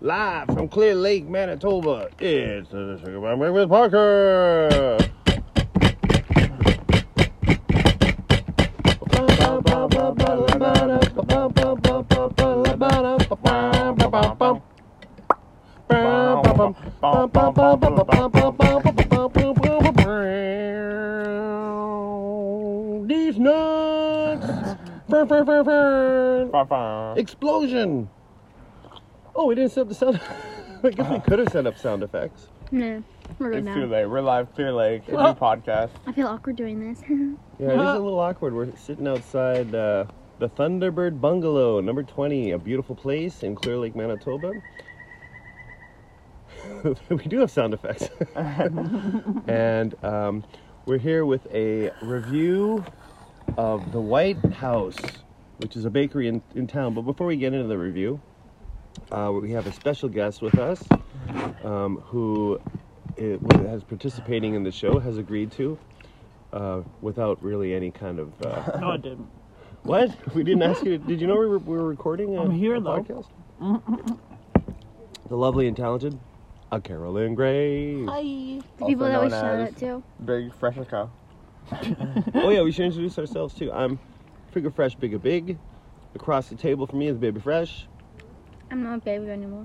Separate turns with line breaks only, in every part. live from Clear Lake, Manitoba. It's the Sugar Brown Breakfast Parker. These nuts. Fur, fur, fur, fur.
Uh-huh.
Explosion! Oh, we didn't set up the sound. I guess we could have set up sound effects.
No, we're good
It's too
now.
late. We're live, Clear Lake. It's
Well-
a podcast.
I feel awkward doing this.
Yeah, it is a little awkward. We're sitting outside uh, the Thunderbird Bungalow, number 20, a beautiful place in Clear Lake, Manitoba. we do have sound effects. and um, we're here with a review of the White House, which is a bakery in, in town. But before we get into the review, uh, we have a special guest with us um, who is, has participating in the show, has agreed to uh, without really any kind of. Uh,
No, I didn't.
what? We didn't ask you. Did you know we were, we were recording a,
I'm here,
a
though.
podcast? the lovely and talented uh, Carolyn Gray.
The people
Also
that we
known
shout
as-
out to.
Big Fresco.
Oh, yeah, we should introduce ourselves, too. I'm Figure Fresh Bigga Big. Across the table from me is Baby Fresh.
I'm not a baby anymore.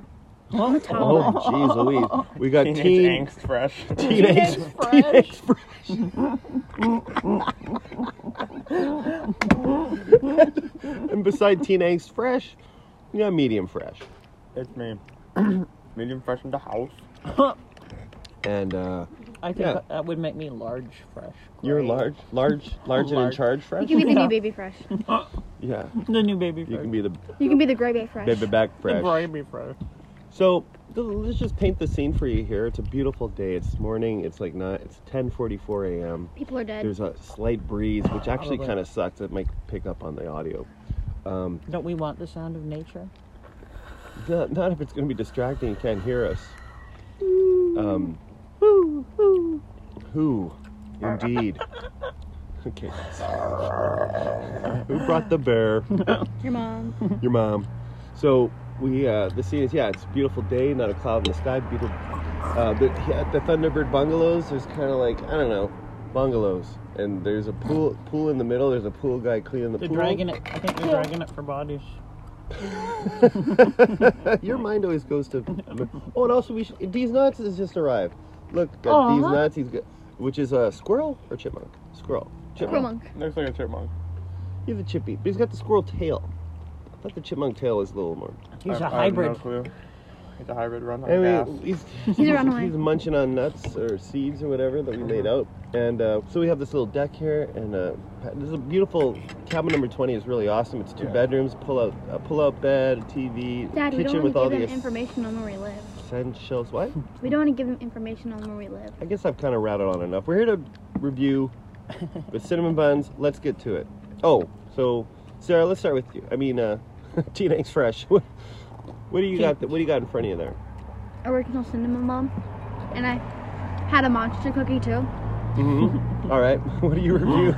Oh, jeez Louise. We got
Teenage
Teen,
angst fresh.
teenage, teenage Fresh. and beside Teen Angst Fresh, we got Medium Fresh.
it's me. Medium fresh in the house.
And uh,
I think
Yeah.
that would make me large fresh.
you're
Great.
large, large, large and in
Large.
charge
You
Fresh?
can be the
Yeah.
new baby fresh.
Yeah,
The new baby fresh.
you can be the
You can be the gray baby fresh.
baby back
The
Fresh.
baby fresh.
So th- let's just paint the scene for you here. It's a beautiful day. It's morning. It's like not. It's 10:44 a.m.
People are dead.
There's a slight breeze, which actually
Probably.
kind of sucks. It might pick up on the audio. Um,
Don't we want the sound of nature?
not, not if it's going to be distracting. You can't hear us. Um, who? Indeed. Okay. Who brought the bear?
Your mom.
your mom. So we uh, the scene is yeah, it's a beautiful day, not a cloud in the sky. Beautiful. Uh, the, yeah, at the Thunderbird bungalows, there's kind of like I don't know, bungalows, and there's a pool pool in the middle. There's a pool guy cleaning the
They're
pool.
dragging it. I think they're dragging it for bodies.
Your mind always goes to. Oh, and also we should, D's nuts has just arrived. Look, got D's
Aw.
nuts. He's got, which is a squirrel or chipmunk. Squirrel.
Squirrel monk.
Looks like a chipmunk.
He's a chippy, but he's got the squirrel tail. I thought the chipmunk tail is a little more.
He's
I-
a
I have no
hybrid.
clue. He's a hybrid run on gas.
Anyway, he's,
He's a runaway.
he's munching on nuts or seeds or whatever that we
Mm-hmm.
laid out. And uh, so we have this little deck here, and uh, this is a beautiful cabin number 20 is really awesome. It's two
Yeah.
bedrooms, pull out a pull out bed, a TV,
Dad, we
kitchen
don't
with all
want to
the
give them information on where we live.
essentials. What?
We don't want to give them information on where we live.
I guess I've kind of rattled on enough. We're here to review the cinnamon buns. Let's get to it. Oh, so Sarah, let's start with you. I mean, uh, Teen Angst Fresh. What, what do you got? What do you got in front of you there?
Original cinnamon mom. And I had a monster cookie too.
Mhm. all right. What do you review?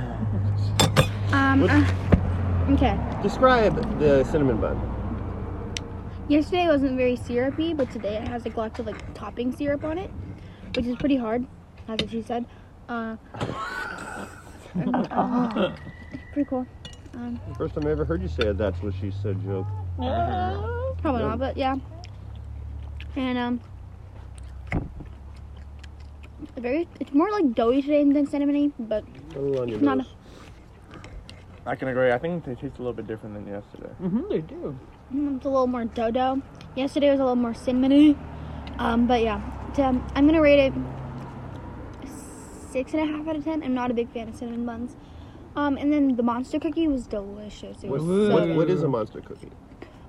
Um.
What-
uh, okay.
Describe the cinnamon bun.
Yesterday wasn't very syrupy, but today it has like lots of like topping syrup on it, which is pretty hard, as she said. Uh, uh, pretty cool. Um,
First time I ever heard you say a that's what she said joke.
probably not, but yeah. And um, very. It's more like doughy today than cinnamony, but
Put it on your
Not
nose.
I can agree. I think they taste a little bit different than yesterday.
hmm they do.
mm, it's a little more dodo. Yesterday was a little more cinnamony. Um, but yeah, t- um, I'm gonna rate it six and a half out of ten. I'm not a big fan of cinnamon buns. Um, and then the monster cookie was delicious. It
What,
was
Ooh.
so
what-
good.
what is a monster cookie?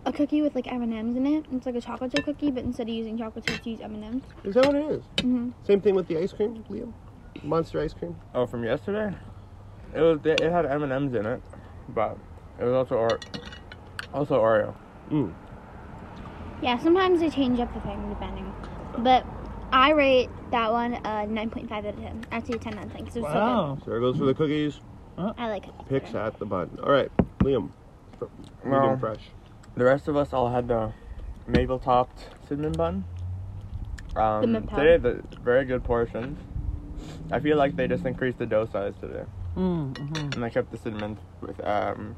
a cookie with like M and M's in it. It's like a chocolate chip cookie, but instead of using chocolate chips, you use M and M's.
Is that what it is?
Mhm.
Same thing with the ice cream, Leo. Monster ice cream.
Oh, from yesterday? It was. It it had M and M's in it, but it was also or, also Oreo.
Mm.
Yeah, sometimes they change up the thing depending. But I rate that one a nine point five out of ten. Actually, a ten out of ten because it was
Wow.
Sarah goes for the cookies,
so good. I like cookies.
picks
better.
at the bun. All right, Liam. Fr-
No.
Medium fresh.
The rest of us all had the maple topped cinnamon bun. Um,
Cinnamon
today, the very good portions. I feel like they just increased the dough size today,
Mm, hmm
and they kept the cinnamon with um,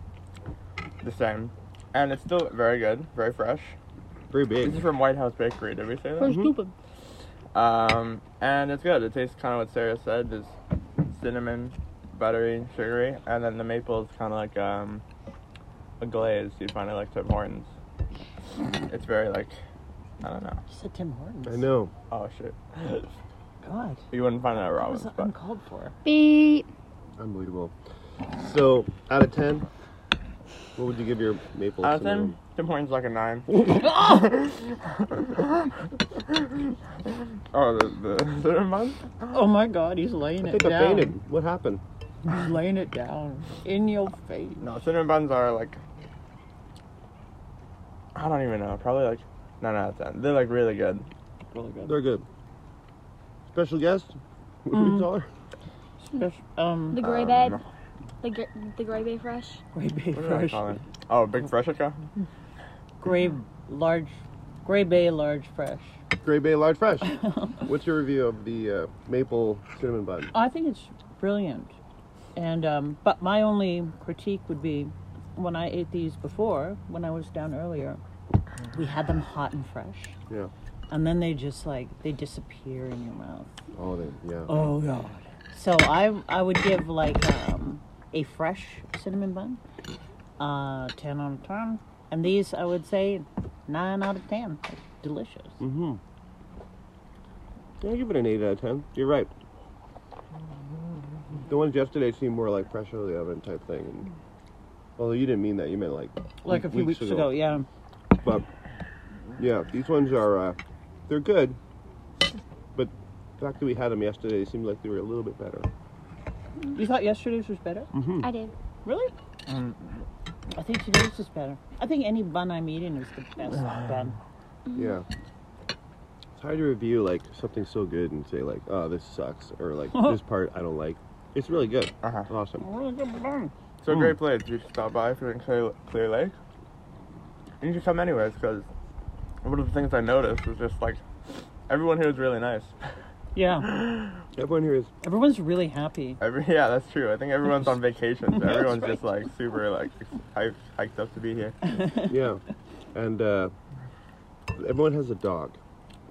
the same, and it's still very good, very fresh.
Very
This is
big.
from White House Bakery. Did we say that?
We're stupid.
Um, and it's good. It tastes kind of what Sarah said. There's cinnamon, buttery, sugary, and then the maple is kind of like um, a glaze you'd find at like Tim Hortons. It's very like, I don't know.
You said Tim Hortons.
I know.
Oh shit,
God.
you wouldn't find that at
That
Robin's,
was
but
uncalled for.
Beep.
Unbelievable. So, out of 10, what would you give your maple
out of
cinnamon?
ten, Tim Hortons like a nine. oh, the, the cinnamon bun.
Oh my God, he's laying
I
it
think I
down.
fainted. What happened?
He's laying it down in your face.
No, cinnamon buns are like. I don't even know. Probably like nine out of ten. They're like really good.
Really good.
They're good. Special guest? What do
Mm.
we call her?
Spec- um,
The gray
Um,
bed. The, gr- the gray bay fresh.
gray bay
What did I
fresh.
call it? Oh, big freshica.
Gray, large, gray bay large fresh.
Gray Bay Large Fresh. What's your review of the uh, maple cinnamon bun?
I think it's brilliant. And um, but my only critique would be when I ate these before, when I was down earlier, we had them hot and fresh.
Yeah.
And then they just like they disappear in your mouth.
Oh, then, yeah.
Oh god. So I I would give like um, a fresh cinnamon bun, uh, ten out of ten. And these I would say nine out of ten. Delicious.
Mm-hmm. Yeah, I give it an 8 out of 10. You're right. The ones yesterday seemed more like fresh out of the oven type thing. And, although you didn't mean that. You meant like
Like a few weeks, ago, yeah.
But, yeah, these ones are, uh, they're good. But the fact that we had them yesterday seemed like they were a little bit better.
You thought yesterday's was better?
I did.
Really?
Mm.
I think today's is better. I think any bun I'm eating is the best bun.
Yeah. It's hard to review, like, something so good and say, like, oh, this sucks. Or, like, this part I don't like. It's really good.
Uh-huh.
Awesome.
Really good bun.
So
Mm.
great place. You should stop by if you're in Clear, Clear Lake. And you should come anyways, because one of the things I noticed was just like everyone here is really nice.
Yeah.
Everyone here is
Everyone's really happy.
Every yeah, that's true. I think everyone's on vacation, so everyone's just like super like hyped, hyped up to be here.
yeah, and uh, everyone has a dog.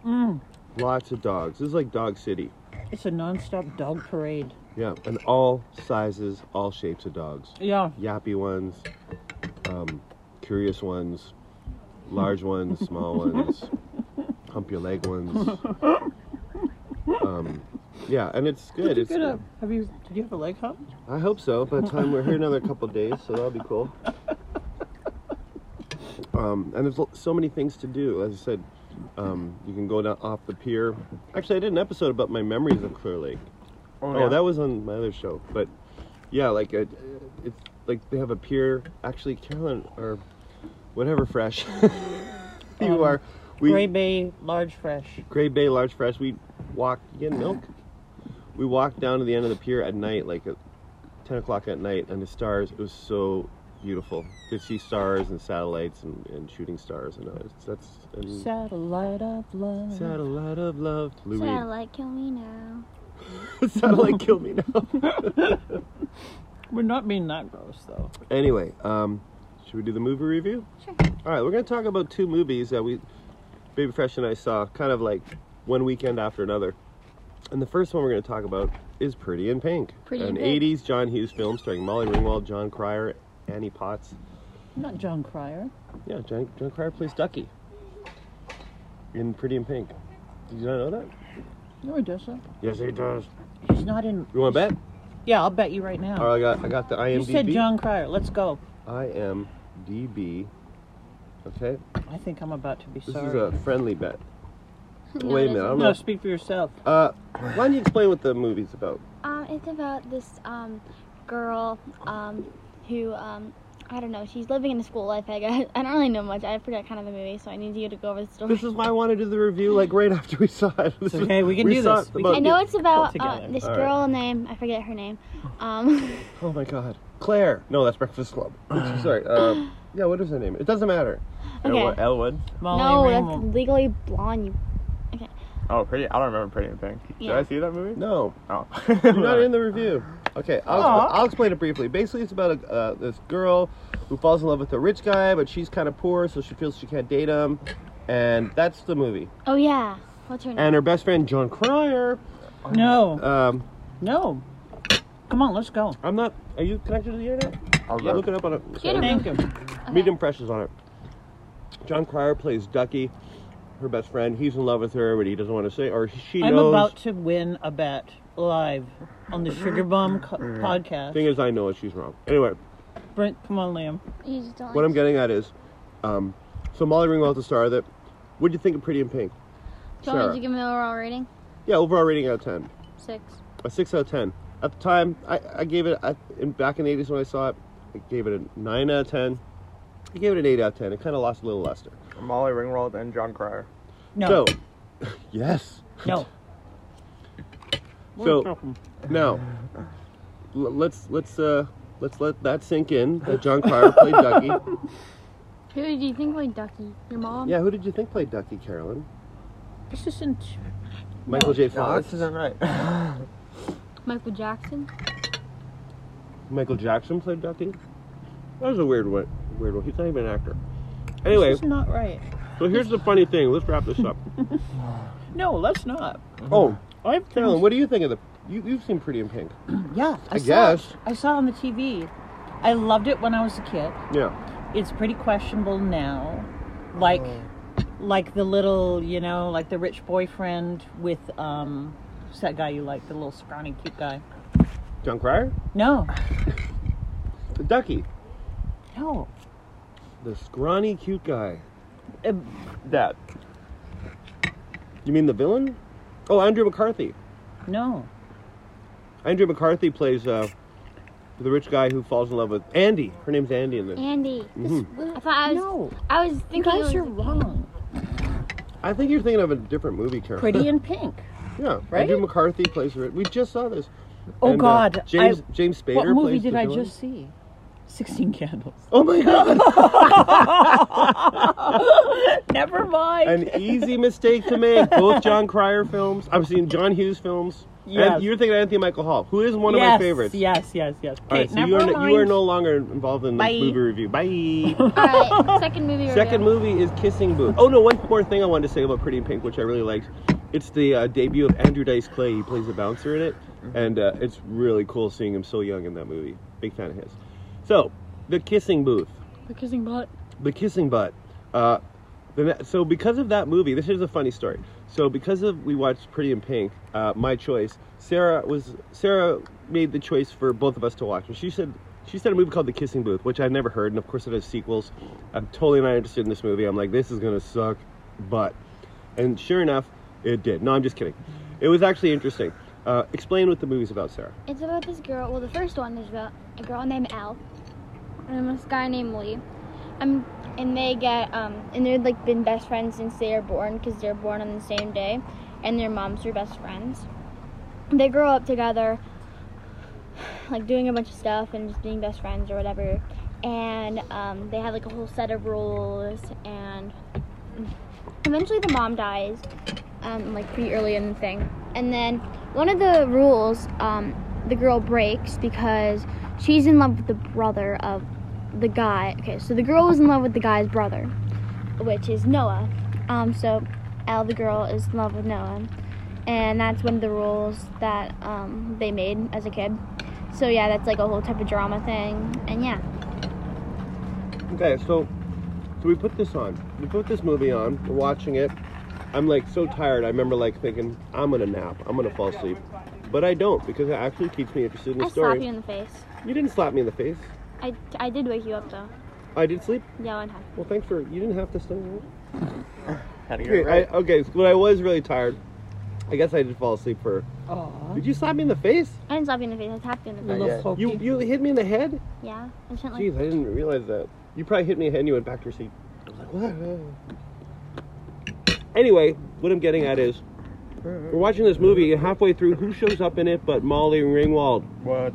Mm.
Lots of dogs. This is like Dog City.
It's a nonstop dog parade.
Yeah, and all sizes, all shapes of dogs.
Yeah.
Yappy ones, um, curious ones, large ones, small ones, hump your leg ones. Um, yeah, and it's good.
Did you
It's
get a, have you did you have a leg hump?
I hope so. By the time we're here another couple days, so that'll be cool. Um, and there's l- so many things to do. As I said, um, you can go down off the pier. Actually, I did an episode about my memories of Clear Lake. Oh,
yeah.
that was on my other show. But yeah, like it, it's like they have a pier. Actually, Carolyn or whatever fresh you
Um,
are. We
Gray Bay large fresh.
Gray Bay Large Fresh. We walked. You get milk. We walked down to the end of the pier at night, like at ten o'clock at night, and the stars. It was so beautiful to see stars and satellites and, and shooting stars and all. It's- That's and
Satellite of love.
satellite of love. Lou Reed.
Satellite, kill me now.
satellite kill me now.
We're not being that gross though.
anyway, um, should we do the movie review?
Sure.
All right, we're gonna talk about two movies that we, Baby Fresh and I saw, kind of like one weekend after another. And the first one we're gonna talk about is Pretty in Pink,
Pretty
an
in Pink.
'80s John Hughes film starring Molly Ringwald, John Cryer, Annie Potts.
Not John Cryer.
Yeah, John, John Cryer plays Ducky in Pretty in Pink. Did you not know that?
No, he doesn't.
Yes, he does.
He's not in
You want to bet?
Yeah, I'll bet you right now.
All right, I got I got the
you
IMDb.
said John Cryer. Let's go.
IMDb. Okay,
I think I'm about to be
this
sorry.
is a friendly bet.
No,
Wait a
it
minute,
isn't.
I'm
no,
not.
speak for yourself.
Uh, why don't you explain what the movie's about?
Um, it's about this um, girl um, who um, I don't know. She's living in a school life. I guess I don't really know much. I forgot kind of the movie, so I need you to go over the story.
This is why I wanted to do the review like right after we saw it. This
okay,
is-
we can do
saw
this.
it
We
about-
I know it's about uh,
together.
this
All right.
girl name. I forget her name. Um,
Oh my god, Claire. No, that's Breakfast Club. Sorry. Uh, yeah, what is her name? It doesn't matter.
Okay.
Elwood. Elwood.
Molly
No,
Ringwald.
that's legally blonde. You.
Oh, pretty. I don't remember Pretty in Pink. Did
Yeah.
I see that movie?
No,
Oh.
you're not in the review. Okay, I'll,
Aw.
I'll explain it briefly. Basically, it's about a, uh, this girl who falls in love with a rich guy, but she's kind of poor, so she feels she can't date him, and that's the movie.
Oh yeah. What's her name?
And her best friend John Cryer.
No,
Um,
no. Come on, let's go.
I'm not. Are you connected to the internet?
I'll
Yeah,
look.
look it up on a
Get him.
Thank you.
Okay.
medium pressures on it. John Cryer plays Ducky, her best friend. He's in love with her, but he doesn't want to say, or she
I'm
knows.
about to win a bet live on the Sugar Bomb co- podcast.
Thing is, I know it. She's wrong. Anyway,
Brent, come on, Liam.
You just don't
what
like-
I'm getting at is, um, so Molly Ringwald's the star of it. What do you think of Pretty in Pink?
Do you want
Sarah.
me to give me an overall rating?
Yeah, overall rating out of ten,
Six.
a six out of ten. At the time, I, I gave it. I, in back in the '80s when I saw it, I gave it a nine out of ten. I gave it an eight out of ten. It kind of lost a little luster.
Molly Ringwald and John Cryer.
No,
So, yes.
no.
So- Now, l- let's let's uh let's let that sink in that John Cryer played Ducky.
Who do you think played Ducky? Your mom?
Yeah, who did you think played Ducky, Carolyn?
this isn't.
Michael J.
No,
Fox.
this isn't right.
Michael Jackson.
Michael Jackson played Ducky. That was a weird one. Weird one. He's not even an actor. Anyway,
This is not right.
so here's the funny thing. Let's wrap this up.
No, let's not.
Oh, I'm Carolyn. What do you think of the? You you've seen Pretty in Pink.
Yeah, I,
I
saw
guess.
It. I saw it on the TV. I loved it when I was a kid.
Yeah.
It's pretty questionable now, like,
Oh.
like the little, you know, like the rich boyfriend with um, who's that guy you like, the little scrawny cute guy.
John Cryer.
No,
Ducky,
no,
the scrawny cute guy.
Uh,
Dad.
You mean the villain? Oh, Andrew McCarthy.
no.
Andrew McCarthy plays uh, the rich guy who falls in love with Andy. Her name's Andy in this.
Andy.
This-
I thought I was.
Mm-hmm. no,
I was
you
thinking. it
guys
was
are
a-
wrong.
I think you're thinking of a different movie character.
Pretty in pink.
yeah.
right?
Andrew McCarthy plays the. ri- We just saw this.
Oh,
uh,
God, I-
James James Spader.
what movie
plays the
did I
villain.
just see? Sixteen Candles.
Oh my God!
Never mind.
An easy mistake to make. Both John Cryer films. I've seen John Hughes films.
Yes.
And you're thinking of Anthony Michael Hall, who is one
yes,
of my favorites.
Yes, yes, yes.
All right,
Okay,
so you are,
never
no, you are
mind.
no longer involved in the
Bye.
movie review. Bye.
All right. Second movie.
Second
review.
movie is Kissing Booth. Oh no, one more thing I wanted to say about Pretty in Pink, which I really liked. It's the uh, debut of Andrew Dice Clay. He plays a bouncer in it, and uh, it's really cool seeing him so young in that movie. Big fan of his. So, the Kissing Booth,
The kissing butt.
the Kissing Butt. Uh, the, ne- so because of that movie, this is a funny story. So because of we watched Pretty in Pink, uh, my choice. Sarah was Sarah made the choice for both of us to watch, and she said. She said a movie called The Kissing Booth, which I've never heard, and of course it has sequels. I'm totally not interested in this movie. I'm like, this is gonna suck, but, and sure enough, it did. No, I'm just kidding. It was actually interesting. Uh, explain what the movie's about, Sarah.
It's about this girl. Well, the first one is about a girl named Al and this guy named Lee. Um, and they get um, and they've like been best friends since they were born because they're born on the same day, and their moms are best friends. They grow up together, like doing a bunch of stuff and just being best friends or whatever. And um, they have like a whole set of rules. And eventually, the mom dies, um, like pretty early in the thing. And then one of the rules um, the girl breaks because she's in love with the brother of the guy. Okay, so the girl was in love with the guy's brother, which is Noah. Um, so Elle, the girl, is in love with Noah. And that's one of the rules that um, they made as a kid. So yeah, that's like a whole type of drama thing. And yeah,
Okay, so so we put this on. We put this movie on. We're watching it. I'm like so tired. I remember like thinking I'm gonna nap. I'm gonna fall asleep, but I don't because it actually keeps me interested in the
I
story.
slap you in the face.
You didn't slap me in the face.
I, I did wake you up though.
I did sleep.
Yeah, one time.
Well, thanks for you didn't have to stay. awake.
Had to get
Okay,
it right.
I, okay, so when I was really tired, I guess I did fall asleep for.
Aw,
Did you slap me in the face?
I didn't slap you in the face. I tapped you in the
you
Not
face.
little
yet.
pokey.
You you hit me in the head?
Yeah, I shouldn't like.
Jeez, I didn't realize that. You probably hit me in the head and you went back to your seat. I was like, what? Anyway, what I'm getting at is We're watching this movie, and halfway through, who shows up in it but Molly Ringwald?
What?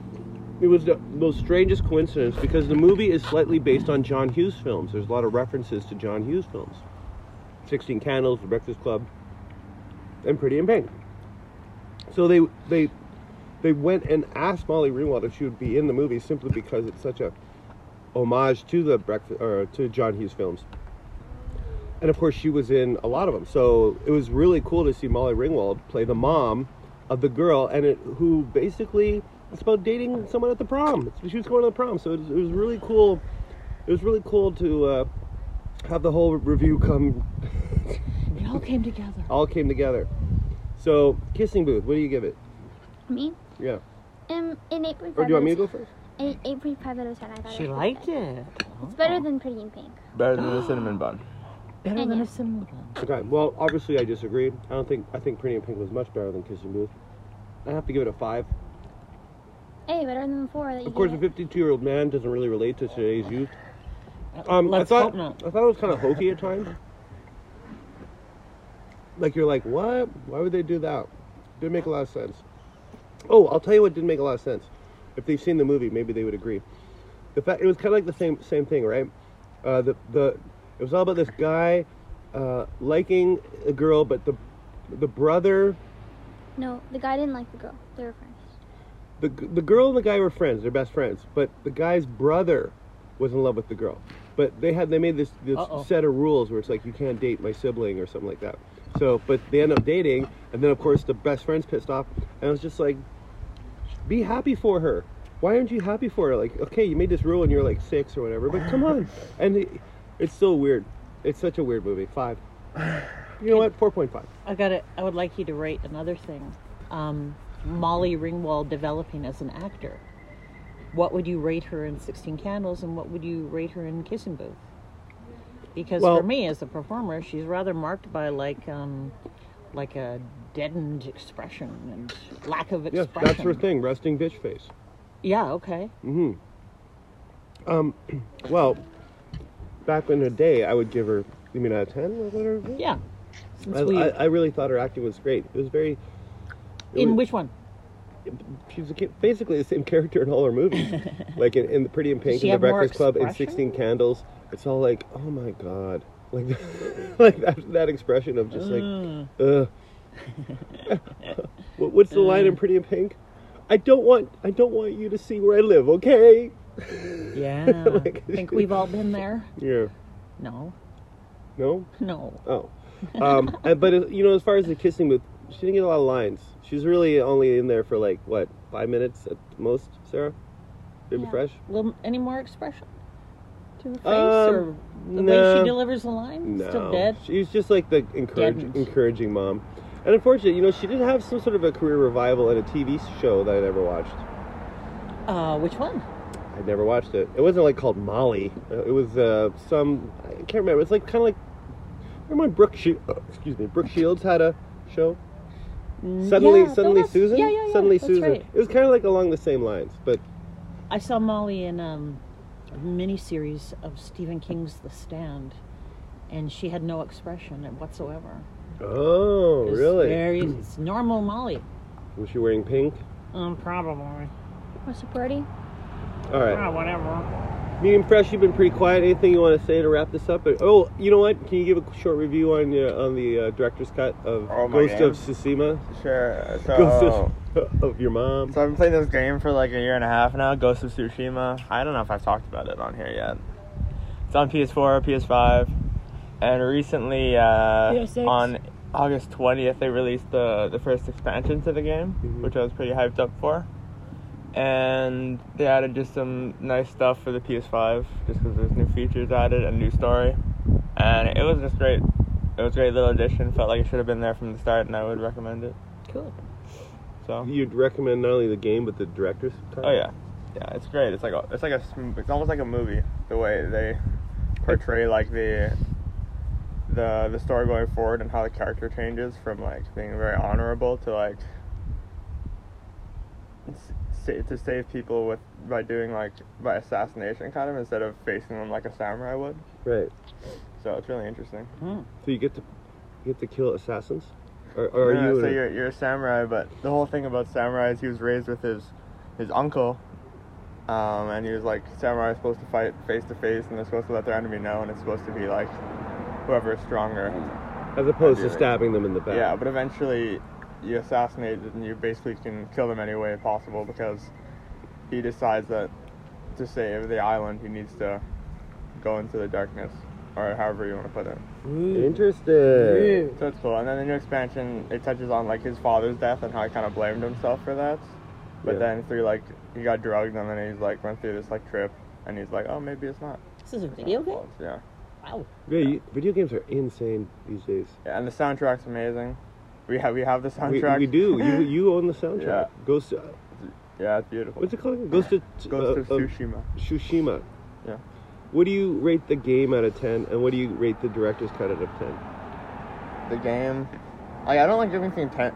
It was the most strangest coincidence because the movie is slightly based on John Hughes films. There's a lot of references to John Hughes films. Sixteen Candles, The Breakfast Club, and Pretty in Pink. So they they they went and asked Molly Ringwald if she would be in the movie simply because it's such a homage to the breakfast or to John Hughes films. And of course, she was in a lot of them. So it was really cool to see Molly Ringwald play the mom of the girl, and it, who basically it's about dating someone at the prom. It's, she was going to the prom, so it was, it was really cool. It was really cool to uh, have the whole review come
It all came together.
all came together. So, kissing booth. What do you give it?
Me?
Yeah.
Um, an 8.5
Or do you want me to go first?
An 8.5 out of 10. I thought
She
it was
liked
good.
it.
It's better than Pretty in Pink.
Better than the cinnamon bun.
Better
And
than
yeah.
a cinnamon bun.
Okay. Well, obviously, I disagree. I don't think I think Pretty in Pink was much better than Kissing Booth. I have to give it a five.
Hey, better than the 4 that you
Of course, a
gave it.
52 year old man doesn't really relate to today's youth. Um,
Let's
I thought
hope not.
I thought it was kind of hokey at times. Like you're like, what? Why would they do that? Didn't make a lot of sense. Oh, I'll tell you what didn't make a lot of sense. If they've seen the movie, maybe they would agree. The fact it was kind of like the same same thing, right? Uh, the the it was all about this guy uh, liking a girl, but the the brother
No, the guy didn't like the girl. They were friends.
the, the girl and the guy were friends they're best friends but the guy's brother was in love with the girl but they had they made this, this
Uh-oh.
set of rules where it's like you can't date my sibling or something like that so but they end up dating and then of course the best friend's pissed off and i was just like be happy for her why aren't you happy for her like okay you made this rule and you're like six or whatever but come on and it, it's so weird it's such a weird movie five you know what 4.5
I got it. I would like you to rate another thing. Um, Molly Ringwald developing as an actor. What would you rate her in Sixteen Candles, and what would you rate her in Kissing Booth? Because
Well-
for me, as a performer, she's rather marked by like, um, like a deadened expression and lack of
yes
expression.
that's her thing resting bitch face
Yeah. Okay.
hmm Um, well, back in the day, I would give her, you mean out of 10 or whatever?
Yeah. Since
I,
we,
I, I really thought her acting was great. It was very. it
in
was-
which one?
She's a ki- basically the same character in all her movies. like in, in The Pretty in Pink,
she
in The
have more
Breakfast Club, in
expression?
16 Candles. It's all like, oh my god. Like, like that, that expression of just like, ugh. What- What's the line in Pretty in Pink? I don't want I don't want you to see where I live, okay?
Yeah.
Like-
I think we've all been there.
Yeah.
No.
No?
No.
Oh, um, uh, but uh, you know, as far as the kissing booth, she didn't get a lot of lines. She's really only in there for like what five minutes at most, Sarah. Maybe
Yeah.
fresh.
Well, any more expression to her face
Um,
or the way
no.
she delivers the line?
No,
Still dead.
she's just like the encourage,
Deadened.
encouraging mom. And unfortunately, you know, she did have some sort of a career revival in a TV show that I never watched.
Uh, which one?
I never watched it. It wasn't like called Molly. Uh, It was uh, some I can't remember. It's like kind of like remember when Brooke she- uh, excuse me Brooke Shields had a show.
Mm,
Suddenly,
yeah, no,
suddenly
that's-
Susan.
Yeah, yeah, yeah,
Suddenly
that's
Susan.
right.
It was kind of like along the same lines, but
I saw Molly in um, a miniseries of Stephen King's The Stand, and she had no expression whatsoever.
oh,
It was
really?
Very, it's normal Molly.
Was she wearing pink?
Um, probably.
Was it pretty?
All right.
Ah, whatever.
Medium fresh. You've been pretty quiet. Anything you want to say to wrap this up? Oh, you know what? Can you give a short review on uh, on the uh, director's cut of
Oh, my
Ghost of
God. Oh.
Tsushima?
Sure. So.
Ghost of, of your mom.
So I've been playing this game for like a year and a half now, Ghost of Tsushima. I don't know if I've talked about it on here yet. It's on PS4, PS5, and recently uh,
PS6.
on August 20th they released the the first expansion to the game,
Mhm.
which I was pretty hyped up for. And they added just some nice stuff for the PS5, just because there's new features added and new story, and it was just great. It was a great little addition. Felt like it should have been there from the start, and I would recommend it.
Cool.
So
You'd recommend not only the game but the director's cut.
Oh yeah, yeah. It's great. It's like a, it's like a sm- it's almost like a movie the way they portray like the the the story going forward and how the character changes from like being very honorable to like s- sa- to save people with by doing like by assassination kind of instead of facing them like a samurai would.
Right.
So it's really interesting.
Mm.
So you get to you get to kill assassins, or, or are
No, no,
you?
so you're you're a samurai, but the whole thing about samurai is he was raised with his his uncle, Um, and he was like, samurai is supposed to fight face to face, and they're supposed to let their enemy know, and it's supposed to be like whoever is stronger.
As opposed to
Ideally.
stabbing them in the back.
Yeah, but eventually you assassinate it and you basically can kill them any way possible because he decides that to save the island, he needs to go into the darkness, or however you want to put it.
Interesting.
So it's cool. And then the new expansion, it touches on like his father's death and how he kind of blamed himself for that. But
Yeah.
then through like he got drugged and then he's like went through this like trip and he's like, oh maybe it's not.
This is a video game?
fault. Yeah.
Wow.
Yeah, you, video games are insane these days.
yeah. And the soundtrack's amazing. We have we have the
We,
soundtrack.
we do. You, you own the soundtrack.
Yeah.
Ghost. uh,
yeah, it's beautiful.
What's it called? Ghost of,
Ghost of
uh,
Tsushima.
Tsushima.
Yeah.
What do you rate the game out of ten, and what do you rate the director's cut out of ten?
the game. Like I don't like giving things ten.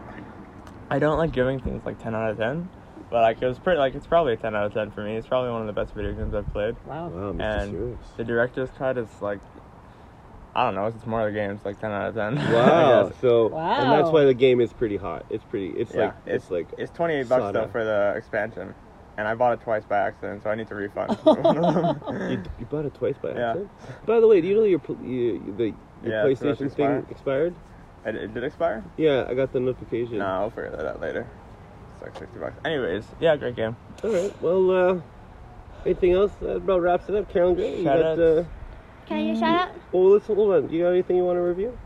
I don't like giving things like ten out of ten, but like it was pretty. Like it's probably a ten out of ten for me. It's probably one of the best video games I've played.
Wow.
Wow, Mr.
And-
Serious.
The director's cut is like, I don't know. It's more of the games like ten out of ten. I
Wow.
guess.
so
Wow.
and that's why the game is pretty hot. It's pretty. It's
Yeah,
like it's, like
It's twenty eight bucks though
Sada.
for the expansion, and I bought it twice by accident, so I need to refund.
you, you bought it twice by
Yeah.
accident. By the way, do you know your pl- you, the your
Yeah, so
PlayStation
that's
thing
expired.
expired?
it, it did expire.
Yeah, I got the notification.
No, I'll figure that out later. It's like sixty bucks. Anyways, yeah, great game.
All right. Well, uh, anything else? That about wraps it up. Carolyn Gray, you got.
Shout-outs.
Uh,
Can I get a shout out?
well, let's hold on. You got anything you want to review?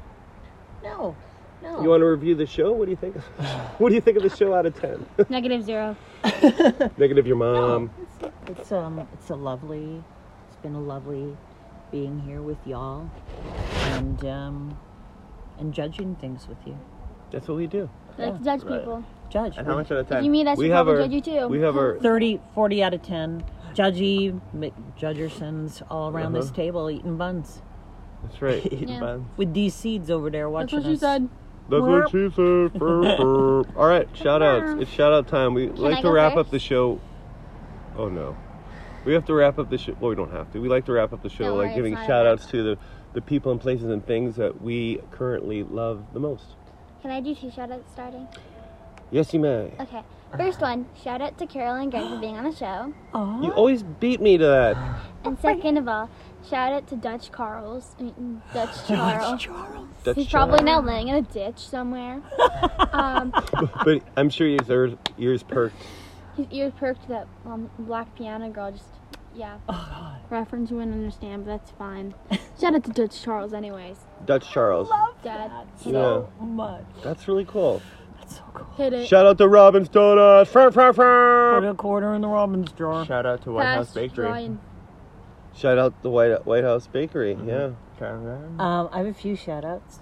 No. No.
You want to review the show? What do you think? what do you think of the show out of ten?
Negative zero.
Negative, your mom.
It's um, it's a lovely. It's been a lovely being here with y'all, and um, and judging things with you.
That's what we do.
Like to judge
Right.
people.
Judge.
And how much out of
If you
ten?
meet us,
we
we
have
probably
our.
judge you too.
We have our.
30, 40 out of ten. Judgy Mc- Judgersons all around this
Uh-huh.
table eating buns
That's right.
Yeah.
with these seeds over there watching us.
That's what she said. Burp, burp. All right, shout outs. It's shout out time. We like
I
to
go
wrap up
first?
the show. Oh no. We have to wrap up the show. Well, we don't have to. We like to wrap up the show
Don't
like
worry,
giving
it's not a
shout outs to the, the people and places and things that we currently love the most.
Can I do two shout outs starting?
Yes, you may.
Okay. First one, shout out to Carol and Greg for being on the show.
Aw.
You always beat me to that.
And second of all, shout out to Dutch Carl's. I mean, Dutch Charles.
Charles.
That's
He's
Charles.
probably now laying in a ditch somewhere. um,
But I'm sure his ears, ears perked.
his ears perked that um, black piano girl just, yeah.
Oh,
Reference you wouldn't understand, but that's fine. Shout out to Dutch Charles, anyways.
Dutch Charles.
Dad,
so much.
That's really cool.
That's so cool.
hit it.
Shout out to Robin's Donuts. Fur, fur,
Put
fur.
a quarter in the Robin's drawer.
Shout out to White House
Past
Bakery.
Ryan.
Shout out the White, White House Bakery. Yeah.
Caravan.
Um, I have a few shout outs.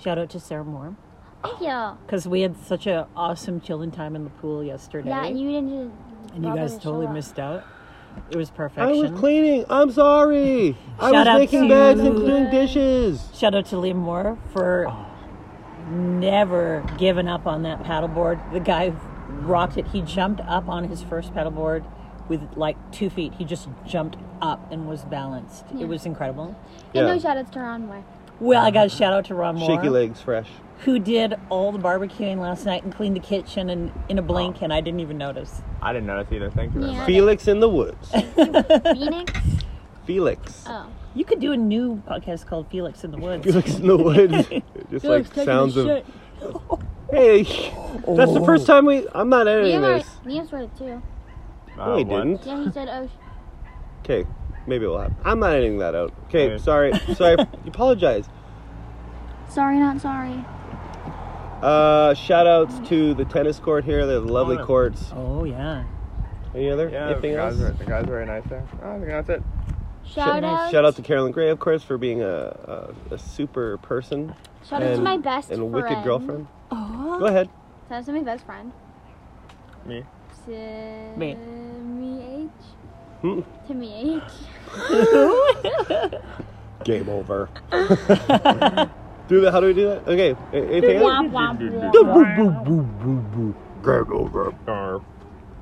Shout out to Sarah Moore
Thank you.
because we had such an awesome chilling time in the pool yesterday,
Yeah, and you didn't.
and you
bother
guys
to
totally
show up.
missed out. It was
I
perfection.
was cleaning. I'm sorry. I
Shout
was
out
making
to-
beds and doing dishes.
Shout out to Liam Moore for never giving up on that paddleboard. The guy who rocked it. He jumped up on his first paddleboard with like two feet. He just jumped up and was balanced.
Yeah.
It was incredible.
And
Yeah.
no shout outs to Ronway.
Well, I got a shout out to Ron Moore,
Shaky legs, fresh.
who did all the barbecuing last night and cleaned the kitchen and in a blink, and I didn't even notice.
I didn't notice either. Thank you very
Yeah.
much.
Felix in the woods.
Phoenix?
Felix.
Oh.
You could do a new podcast called Felix in the Woods.
Felix in the woods. Just like sounds of hey. That's the first time we. I'm not editing
Liam, already-
this.
Liam's read it too.
Uh,
No, I
what?
didn't.
Yeah, he said, oh,
Okay, maybe we'll have. I'm not editing that out. Okay,
Okay.
sorry, sorry. you apologize.
sorry, not sorry.
Uh, shout outs to the tennis court here. They're lovely
Oh.
courts.
Oh yeah.
Any other?
Yeah,
Anything
the guys,
else?
Were, the guys were very nice there. Oh, I think that's it.
Shout out.
Shout out to Carolyn Gray, of course, for being a, a, a super person
Shout out to
and-
my best
and a
friend.
wicked girlfriend.
Oh.
Go ahead.
Shout out to my best friend.
Me.
Timmy H.
Hmm.
Timmy H.
Game over. do that. How do we do that? Okay. a- Anything else?
Womp womp womp.
Boo, boo, boo, boo, boo. Game over.